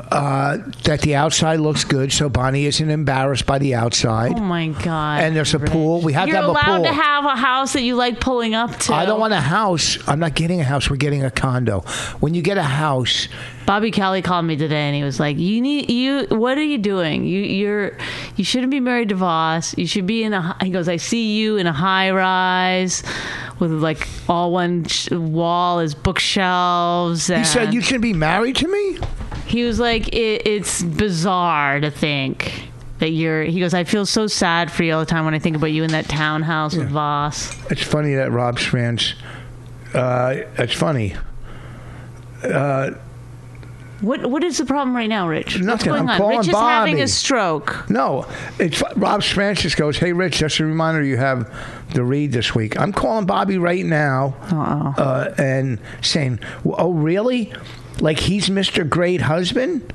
Uh, that the outside looks good, so Bonnie isn't embarrassed by the outside.
oh my god!
and there's a pool. We have
You're
to have a
allowed
pool.
to have a house that you like pulling up to.
I don't want a house. I'm not getting a house. We're getting a condo. When you get a house,
Bobby Kelly called me today and he was like, "You need you. What are you doing? You you're you shouldn't be married to Voss. You should be in a." hi-" He goes, "I see you in a high rise with like all one sh- wall is bookshelves." And
he said, You shouldn't be married to me?
he was like, it, "It's bizarre to think." That you're, he goes. I feel so sad for you all the time when I think about you in that townhouse with Voss.
It's funny that Rob Schranz. Uh, it's funny.
What what is the problem right now, Rich? What's
Nothing.
going
I'm
on?
calling
Rich is having
Bobby.
a stroke.
No, it's fu- Rob Schranz just goes, "Hey, Rich, just a reminder, you have the read this week." I'm calling Bobby right now uh, and saying, "Well, "Oh, really? Like he's Mr. Great Husband?"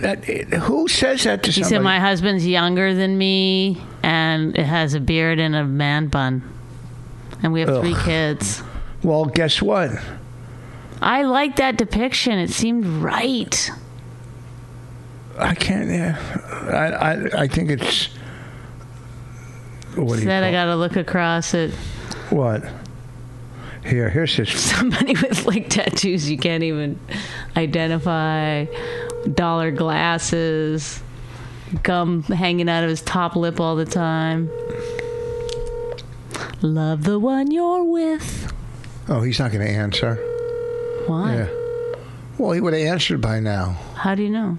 That, who says that to
He
somebody?
said, "My husband's younger than me, and it has a beard and a man bun, and we have three kids."
well, guess what?
I like that depiction. It seemed right.
I can't. Yeah, I, I, I think it's. What do you
Said I
call-
got to look across at
What? Here, here's his.
somebody with like tattoos you can't even identify, dollar glasses, gum hanging out of his top lip all the time. Love the one you're with.
Oh, he's not going to answer.
Why?
Yeah. Well, he would have answered by now.
How do you know?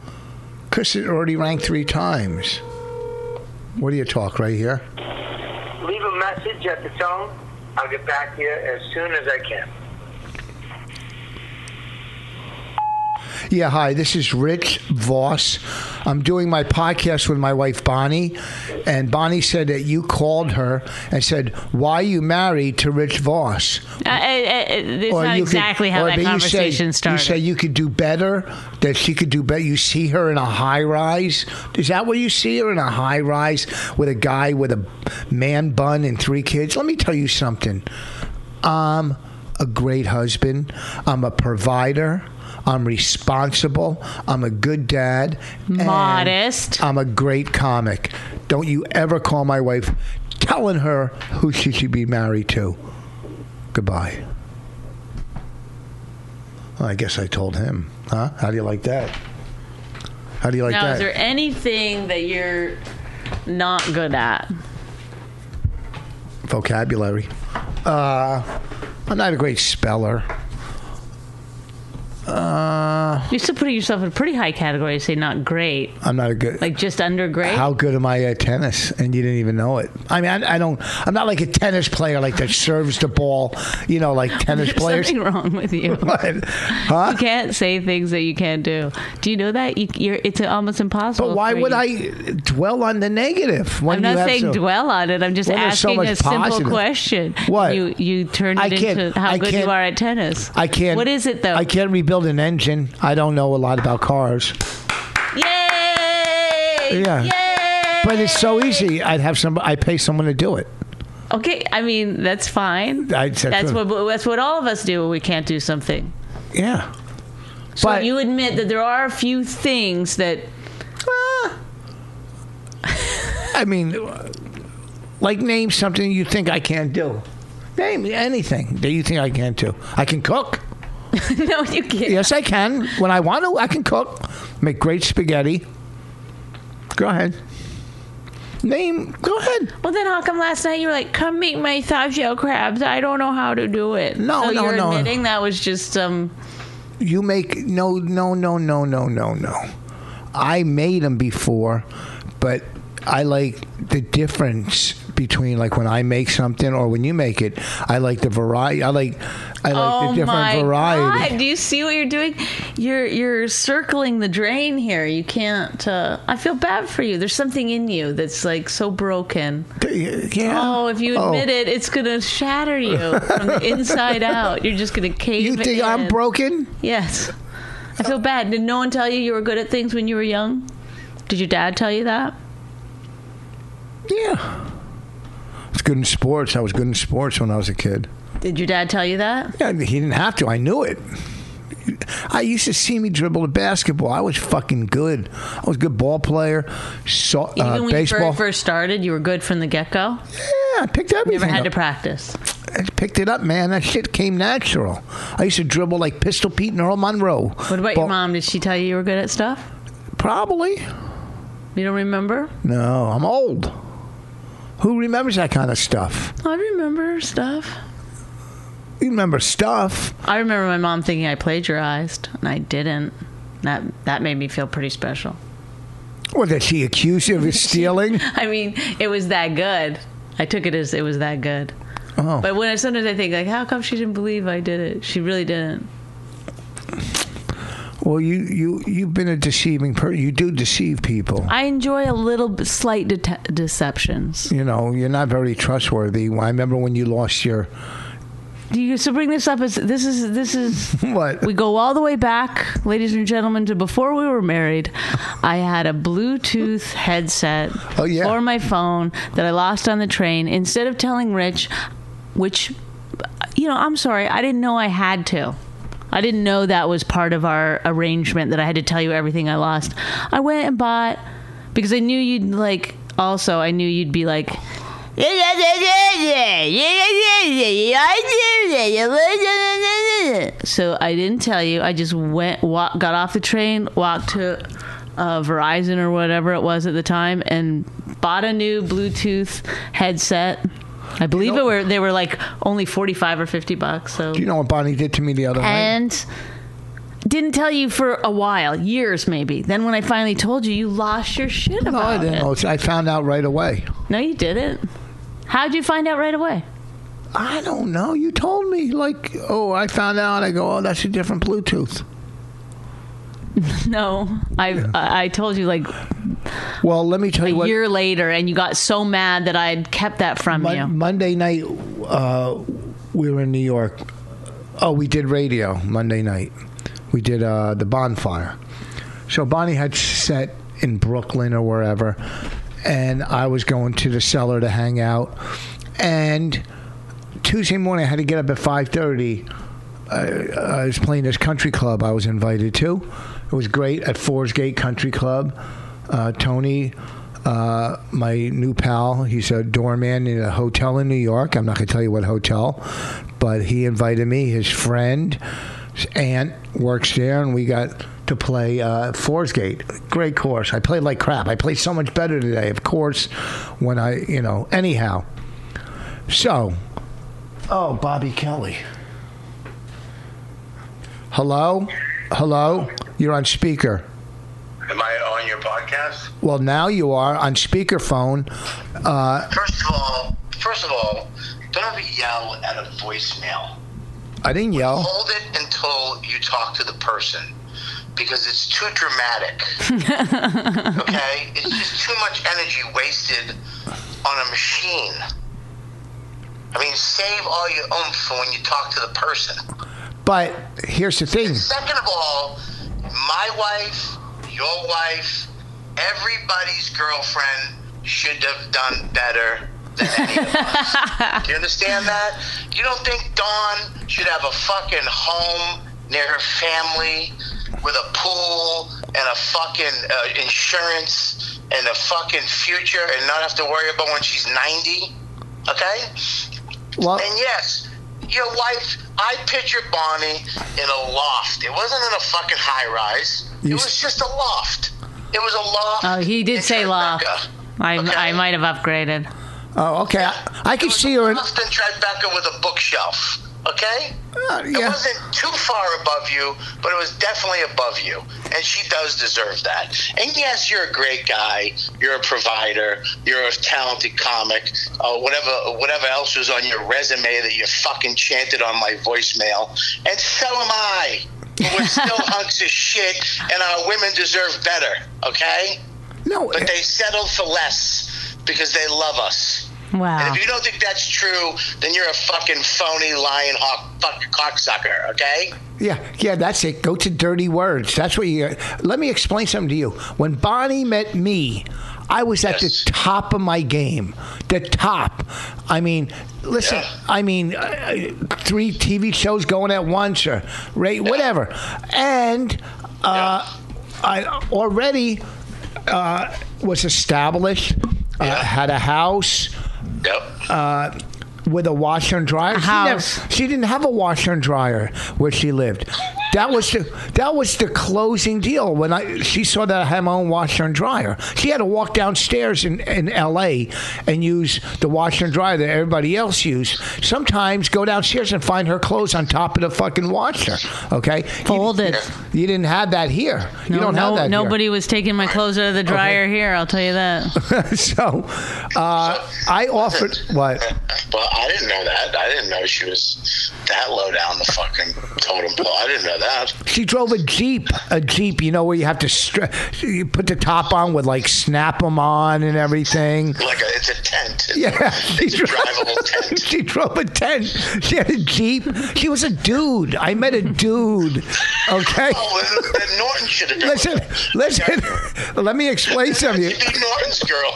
Chris had already ranked three times. What do you talk right here?
Leave a message at the tone. I'll get back to you as soon as I can.
Yeah, hi, this is Rich Voss. I'm doing my podcast with my wife, Bonnie. And Bonnie said that you called her and said, Why are you married to Rich Voss?
Uh, uh, uh, it's
Or
not
you
exactly
could,
how
or
that
but you say-
conversation started.
You say you could do better, that she could do better. You see her in a high rise. Is that what you see her in a high rise with a guy with a man bun and three kids? Let me tell you something. I'm a great husband. I'm a provider. I'm responsible. I'm a good dad. and
Modest.
I'm a great comic. Don't you ever call my wife telling her who she should be married to. Goodbye. Well, I guess I told him. Huh? How do you like that? How do you like
now,
that?
is there anything that you're not good at?
Vocabulary. Uh, I'm not a great speller. Uh,
You're still putting yourself in a pretty high category to say not great,
I'm not a good.
like just under great.
How good am I at tennis? And you didn't even know it. I mean, I, I don't. I'm not like a tennis player, like that serves the ball. You know, like tennis
There's
players.
something wrong with you.
What? Huh?
You can't say things that you can't do. Do you know that? You, you're, it's almost impossible.
But why
for
would
you.
I dwell on the negative? When
I'm
you
not
have
saying
so-
dwell on it. I'm just
Well, there's so
asking
much
a simple
positive.
question.
What?
you you turned
I
it
can't-
into how
I
good you
can't-
are at tennis.
I can't.
What is it though?
I can't rebuild an engine. I don't know a lot about cars.
Yay!
Yeah.
Yay!
But it's so easy. I'd have some. I pay someone to do it.
Okay, I mean that's fine.
I said
That's
to
what
him,
that's what all of us do when we can't do something.
Yeah.
So
but
you admit that there are a few things that
I mean, like name something you think I can't do. Name anything that you think I can't do. I can cook.
no you can't.
Yes, I can. When I want to, I can cook. Make great spaghetti. Go ahead. Name. Go ahead.
Well then, how come last night you were like, "Come make my soft shell crabs"? I don't know how to do it.
No,
so
no,
you're
no.
admitting that was just um.
You make no, no, no, no, no, no, no. I made them before, but I like the difference between like when I make something or when you make it. I like the variety. I like, I like
oh
the different
my
variety.
god! Do you see what you're doing? You're you're circling the drain here. You can't. Uh, I feel bad for you. There's something in you that's like so broken.
Yeah.
Oh, if you
Oh.
admit it, it's gonna shatter you from the inside out. You're just gonna cave.
You think I'm
in.
broken?
Yes. I feel bad. Did no one tell you you were good at things when you were young? Did your dad tell you that?
Yeah. I was good in sports. I was good in sports when I was a kid.
Did your dad tell you that?
Yeah, he didn't have to. I knew it. I used to see me dribble the basketball. I was fucking good. I was a good ball player. So, uh,
Even when
baseball.
you very first started, you were good from the get go.
yeah, I picked everything.
Never had to
up.
practice.
I picked it up, man. That shit came natural. I used to dribble like Pistol Pete and Earl Monroe.
What about your mom? Did she tell you you were good at stuff?
Probably.
You don't remember?
No, I'm old. Who remembers that kind of stuff?
I remember stuff.
You remember stuff.
I remember my mom thinking I plagiarized, and I didn't. That that made me feel pretty special.
What, that she accused you of stealing?
I mean, it was that good. I took it as it was that good.
Oh.
But when I sometimes I think like, how come she didn't believe I did it? She really didn't.
Well, you you you've been a deceiving person. You do deceive people.
I enjoy a little bit- slight dete- deceptions.
You know, you're not very trustworthy. I remember when you lost your
Do you so bring this up as this is this is
what?
we go all the way back, ladies and gentlemen, to before we were married. I had a Bluetooth headset
Oh, yeah.
for my phone that I lost on the train. Instead of telling Rich, which you know, I'm sorry, I didn't know I had to. I didn't know that was part of our arrangement that I had to tell you everything I lost. I went and bought because I knew you'd like. Also, I knew you'd be like. So I didn't tell you. I just went, walk, got off the train, walked to uh, Verizon or whatever it was at the time, and bought a new Bluetooth headset. I believe it were they were like only forty five or fifty bucks. So
Do you know what Bonnie did to me the other night?
and didn't tell you for a while, years maybe. Then when I finally told you, you lost your shit about
No, I
it.
didn't. know. Oh, I found out right away.
No, you didn't. How'd you find out right away?
I don't know. You told me like, oh, I found out. I go, oh, that's a different Bluetooth.
No, I I I told you like
Well, let me tell
a
you what.
year later, and you got so mad that I had kept that from
Mon-
you.
Monday night, uh, we were in New York. Oh, we did radio Monday night. We did uh, the bonfire. So Bonnie had set in Brooklyn or wherever, and I was going to the cellar to hang out. And Tuesday morning, I had to get up at five thirty. I was uh, playing this country club I was invited to. It was great at Fours Gate Country Club. Uh, Tony, uh, my new pal, he's a doorman in a hotel in New York. I'm not going to tell you what hotel, but he invited me. His friend, his aunt works there, and we got to play uh, Fours Gate. Great course. I played like crap. I played so much better today, of course, when I, you know, anyhow. So, oh, Bobby Kelly. Hello? Hello? You're on speaker.
Am I on your podcast?
Well, now you are on speakerphone. Uh,
First of all, first of all, don't yell at a voicemail.
I didn't yell.
Hold it until you talk to the person because it's too dramatic. okay? It's just too much energy wasted on a machine. I mean, save all your oomph for when you talk to the person.
But here's the thing.
Second of all, my wife, your wife, everybody's girlfriend should have done better than any of us. Do you understand that? You don't think Dawn should have a fucking home near her family with a pool and a fucking uh, insurance and a fucking future and not have to worry about when she's 90? Okay?
Well,
And yes, your wife, I pictured Bonnie in a loft. It wasn't in a fucking high rise. It
You
was
s-
just a loft. It was a loft.
Oh, he did
in
say loft.
Tribeca.
I,
Okay?
I might have upgraded.
oh, okay. I, I could see her. In,
Loft in Tribeca with a bookshelf. Okay?
uh,
It
yeah.
wasn't too far above you, but it was definitely above you. And she does deserve that. And yes, you're a great guy. You're a provider. You're a talented comic. Uh, whatever, whatever else was on your resume that you fucking chanted on my voicemail. And so am I. But we're still hunks of shit, and our women deserve better. Okay?
No,
But they settled for less because they love us.
Wow.
And if you don't think that's true, then you're a fucking phony lion hawk fucking cocksucker, okay?
Yeah, yeah, that's it. Go to dirty words. That's what you. Let me explain something to you. When Bonnie met me, I was at
Yes.
the top of my game. The top. I mean, listen.
Yeah.
I mean, uh, three TV shows going at once, or right, whatever. And uh, I already uh, was established. Uh,
Yeah.
had a house
Yep.
uh, with a washer and dryer.
house.
She, never, she didn't have a washer and dryer where she lived. That was the that was the closing deal when I she saw that I had my own washer and dryer. She had to walk downstairs in, in L.A. and use the washer and dryer that everybody else used. Sometimes go downstairs and find her clothes on top of the fucking washer. Okay,
Folded.
You, you didn't have that here. you don't have that.
nobody was taking my clothes out of the dryer here. I'll tell you that.
Here. so uh, I offered what.
Well, I didn't know that. I didn't know she was that low down the fucking totem pole. I didn't know that.
She drove a jeep, a jeep. You know where you have to stra- you put the top on with like snap them on and everything.
Like, a, it's a tent.
Yeah,
It's a drivable tent.
she drove a tent. She had a jeep. She was a dude. I met a dude. Okay,
Oh, then- then Norton should have done
listen, listen. Let me explain something. to you.
She'd be Norton's girl.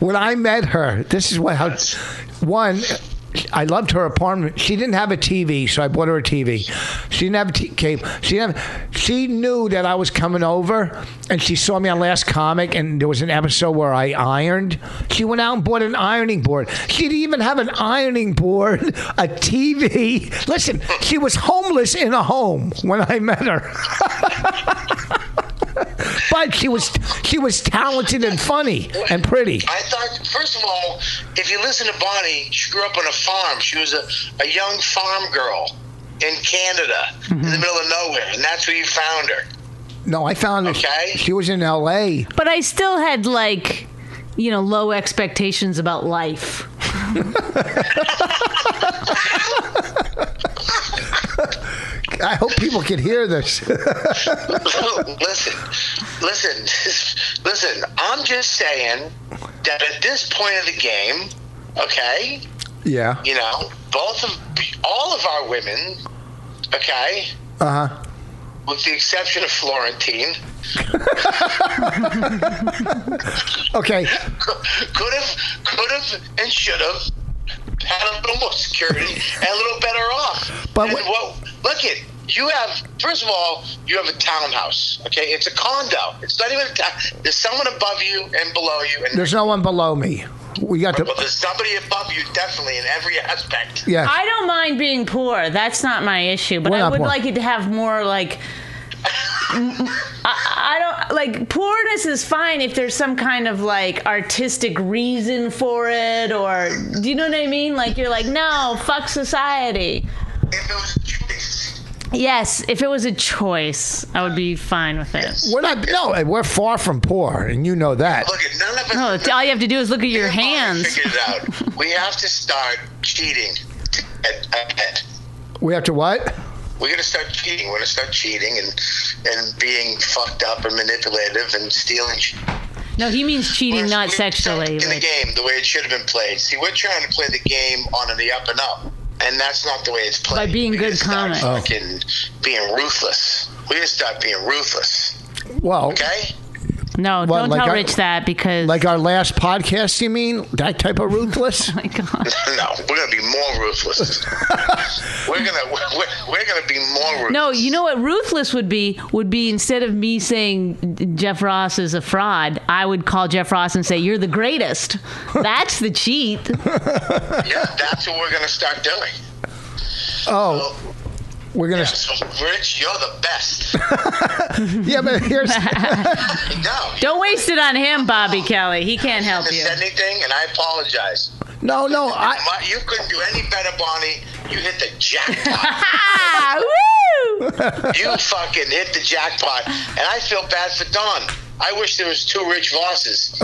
when I met her, this is what how one. I loved her apartment. She didn't have a TV, so I bought her a TV. She didn't have a t- cable. She didn't have, She knew that I was coming over, and she saw me on Last Comic, and there was an episode where I ironed. She went out and bought an ironing board. She didn't even have an ironing board, a TV. Listen, she was homeless in a home when I met her. But she was she was talented and funny and pretty.
I thought, first of all, if you listen to Bonnie, she grew up on a farm. She was a, a young farm girl in Canada, in
Mm-hmm.
the middle of nowhere, and that's where you found her.
No, I found that
Okay.
she was in L.A.
But I still had like, you know, low expectations about life.
I hope people can hear this.
listen, listen, listen. I'm just saying that at this point of the game, okay,
yeah.
you know, both of all of our women, okay,
Uh huh.
with the exception of Florentine,
Okay.
could have, could have, and should have had a little more security and a little better off.
But
And
what-
what? Look it. You have first of all, you have a townhouse. Okay, it's a condo. It's not even. A town. There's someone above you and below you, and
There's no one below me. We got
Well,
the.
there's somebody above you, definitely in every aspect.
Yeah.
I don't mind being poor. That's not my issue. But
We're
I
not
would
poor.
like it to have more like. I, I don't like poorness is fine if there's some kind of like artistic reason for it or do you know what I mean? Like you're like no fuck society.
If it was a choice,
Yes, if it was a choice, I would be fine with it.
We're not. No, we're far from poor, and you know that.
look at none of us.
No, it's- all you have to do is look at your
none of us
hands.
Figured it out. we have to start cheating. At, at, at.
We have to what?
We're gonna start cheating. We're gonna start cheating and and being fucked up and manipulative and stealing. shit.
No, he means cheating,
We're-
not
we're start
sexually.
In the
Like,
game, the way it should have been played. See, we're trying to play the game on the up and up, and that's not the way it's played.
being
We're gonna
good
start
comics.
Fucking being ruthless. We're gonna start being ruthless.
Well,
Okay.
No,
What,
don't
like
tell
I-
Rich that because
Like our last podcast, you mean? That type of ruthless?
my God.
No, we're gonna be more ruthless. we're gonna we're, we're gonna be more ruthless.
No, you know what ruthless would be would be instead of me saying Jeff Ross is a fraud, I would call Jeff Ross and say you're the greatest. That's the cheat.
Yeah, that's what we're gonna start doing.
oh, we're going
Yeah,
to.
so Rich, you're the best.
Yeah, but here's.
No,
Don't waste it on him, Bobby Kelly. He can't help
you
you.
said anything, and I apologize.
No, no. I,
My, you couldn't do any better, Bonnie. You hit the jackpot.
Ah, woo!
you fucking hit the jackpot, and I feel bad for Don. I wish there was two Rich Vosses.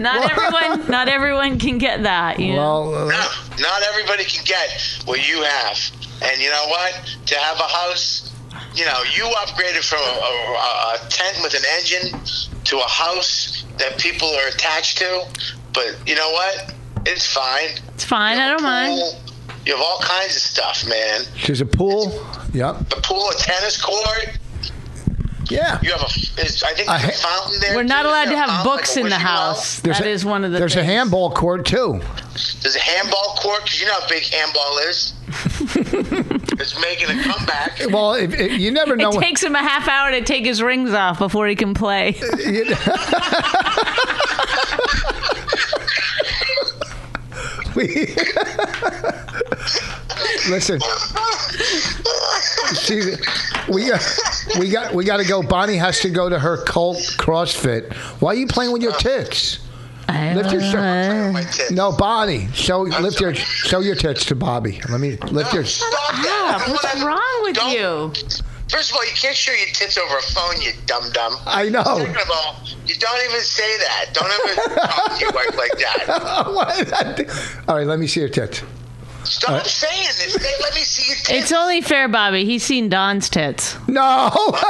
Not everyone, not everyone can get that. You know?
well, uh,
No, not everybody can get what you have. And you know what? To have a house, you know, you upgraded from a, a, a tent with an engine to a house that people are attached to. But you know what? It's fine.
It's fine. I don't mind.
Pool. You have all kinds of stuff, man.
there's a pool. Yep.
The pool, a tennis court.
Yeah.
You have a. Is, I think
I
there's a
ha-
fountain there.
We're not
too.
allowed to
There's a
have
fountain, like
books
a
in the
wishing well.
house. That
a-
is one of the.
There's a
things.
handball court, too.
There's a handball court. 'cause you know how big handball is. it's making a comeback.
Well, if, if- you never know.
It takes him a half hour to take his rings off before he can play.
you- We- Listen, she, we got we got we got to go. Bonnie has to go to her cult CrossFit. Why are you playing with your tits? Lift your shirt.
My tits.
No, Bonnie. Show lift your show your tits to Bobby. Let me lift your.
Stop that.
Ah, What's
Whatever.
wrong with
Don't-
you?
First of all, you can't show your tits over a phone, you dum dum.
I know.
Second of all, you don't even say that. Don't ever talk to your wife like that.
All right, let me see your tits.
Stop
Uh,
saying this. Hey, let me see your tits.
It's only fair, Bobby. He's seen Don's tits.
No,
what?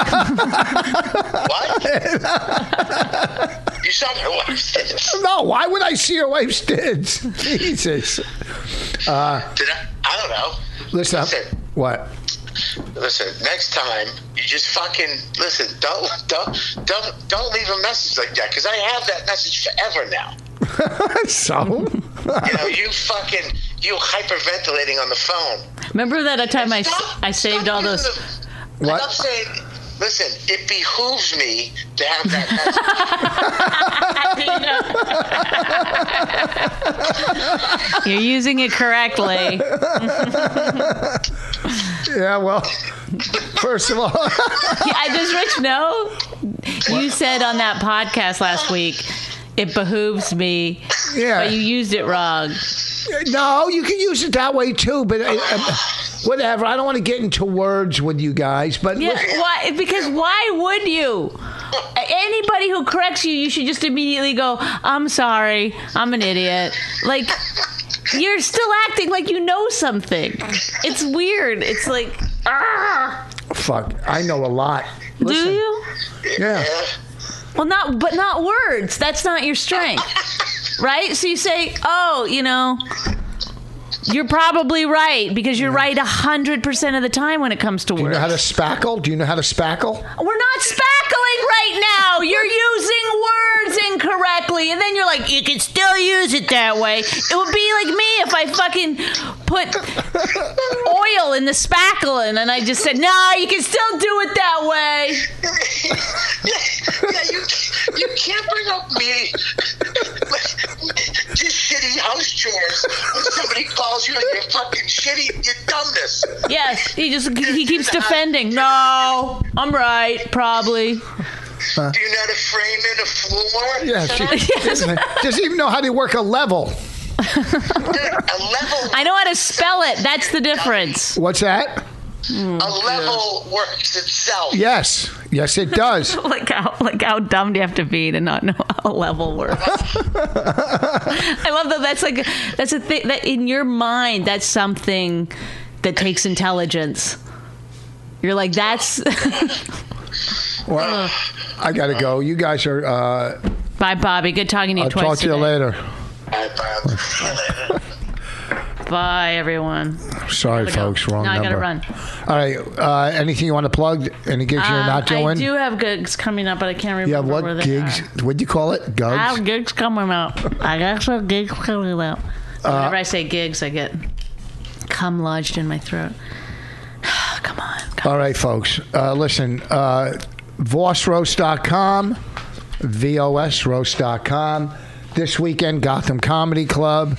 you saw my wife's tits.
no. Why would I see your wife's tits? Jesus.
Did I? I don't know.
Listen. up.
Listen.
What?
Listen, next time you just fucking listen. Don't don't don't don't leave a message like that because I have that message forever now.
So?
You know, you fucking you hyperventilating on the phone.
Remember that time I,
Stop-
I saved
stop
all those.
using the-
What?
Stop saying. Listen, it behooves me to have that message.
You're using it correctly.
Yeah. Well, first of all,
I, does Rich know? You said on that podcast last week, it behooves me,
yeah.
but you used it wrong.
No, you can use it that way too, but uh, uh, whatever. I don't want to get into words with you guys, but
Yeah,
listen,
why? Because why would you? Anybody who corrects you, you should just immediately go, "I'm sorry, I'm an idiot." Like you're still acting like you know something. It's weird. It's like, ah,
fuck, I know a lot.
do
Listen,
you?
Yeah.
Well, not but not words. That's not your strength, right? So you say, "Oh, you know." You're probably right because you're right hundred percent of the time when it comes to
You
words.
know how to spackle? Do you know how to spackle?
We're not spackling right now. You're using words incorrectly. And then you're like, you can still use it that way. It would be like me if I fucking put oil in the spackle and then I just said, nah, you can still do it that way.
yeah, yeah, you you can't bring up me just shitty house chores when somebody calls you on your fucking shitty your dumbness.
Yes, he just he keeps defending. No, I'm right, probably.
Do you know how to frame in a floor?
Yeah. She, Doesn't even know how to work a level.
A level
I know how to spell it. That's the difference.
What's that?
a level works itself.
Yes. Yes, it does.
Like how like how dumb do you have to be to not know how a level works? I love that. That's like that's a thing that in your mind that's something that takes intelligence. You're like that's
Well, I gotta go. You guys are. Uh,
bye, Bobby. Good talking to you
I'll
twice.
talk to you
today.
later.
I, um,
Bye, everyone.
Sorry,
gotta go.
folks. Wrong
No, I gotta
number.
run.
All right. Uh, anything you want to plug? Any gigs you're
Um,
not
I
doing?
do have gigs coming up, but I can't remember
yeah.
where
What
they
gigs?
are.
What'd you call it? Gugs.
I have gigs coming up. I got some gigs coming up. Whenever I say gigs, I get cum lodged in my throat. come on. Come.
All right, folks. Uh, listen, uh, VosRoast.com, VOSRoast.com. This weekend, Gotham Comedy Club.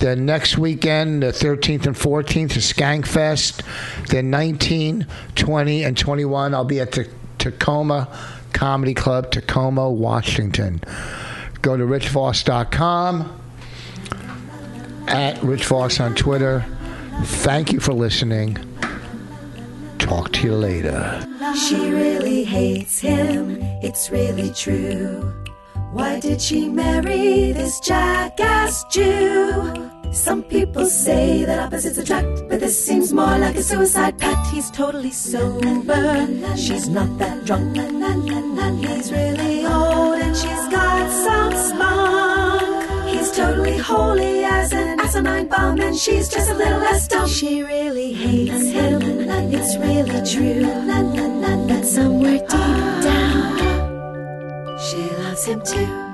Then next weekend, the 13th and 14th, is Skankfest. Then 19, 20, and 21, I'll be at the Tacoma Comedy Club, Tacoma, Washington. Go to richvoss.com, at richvoss on Twitter. Thank you for listening. Talk to you later.
She really hates him, it's really true. Why did she marry this jackass Jew? Some people say that opposites attract, but this seems more like a suicide pact. He's totally sober, she's not that drunk. He's really old and she's got some spunk. He's totally holy as an asinine bomb, and she's just a little less dumb. She really hates him, it's really true. But somewhere deep down, she loves him too.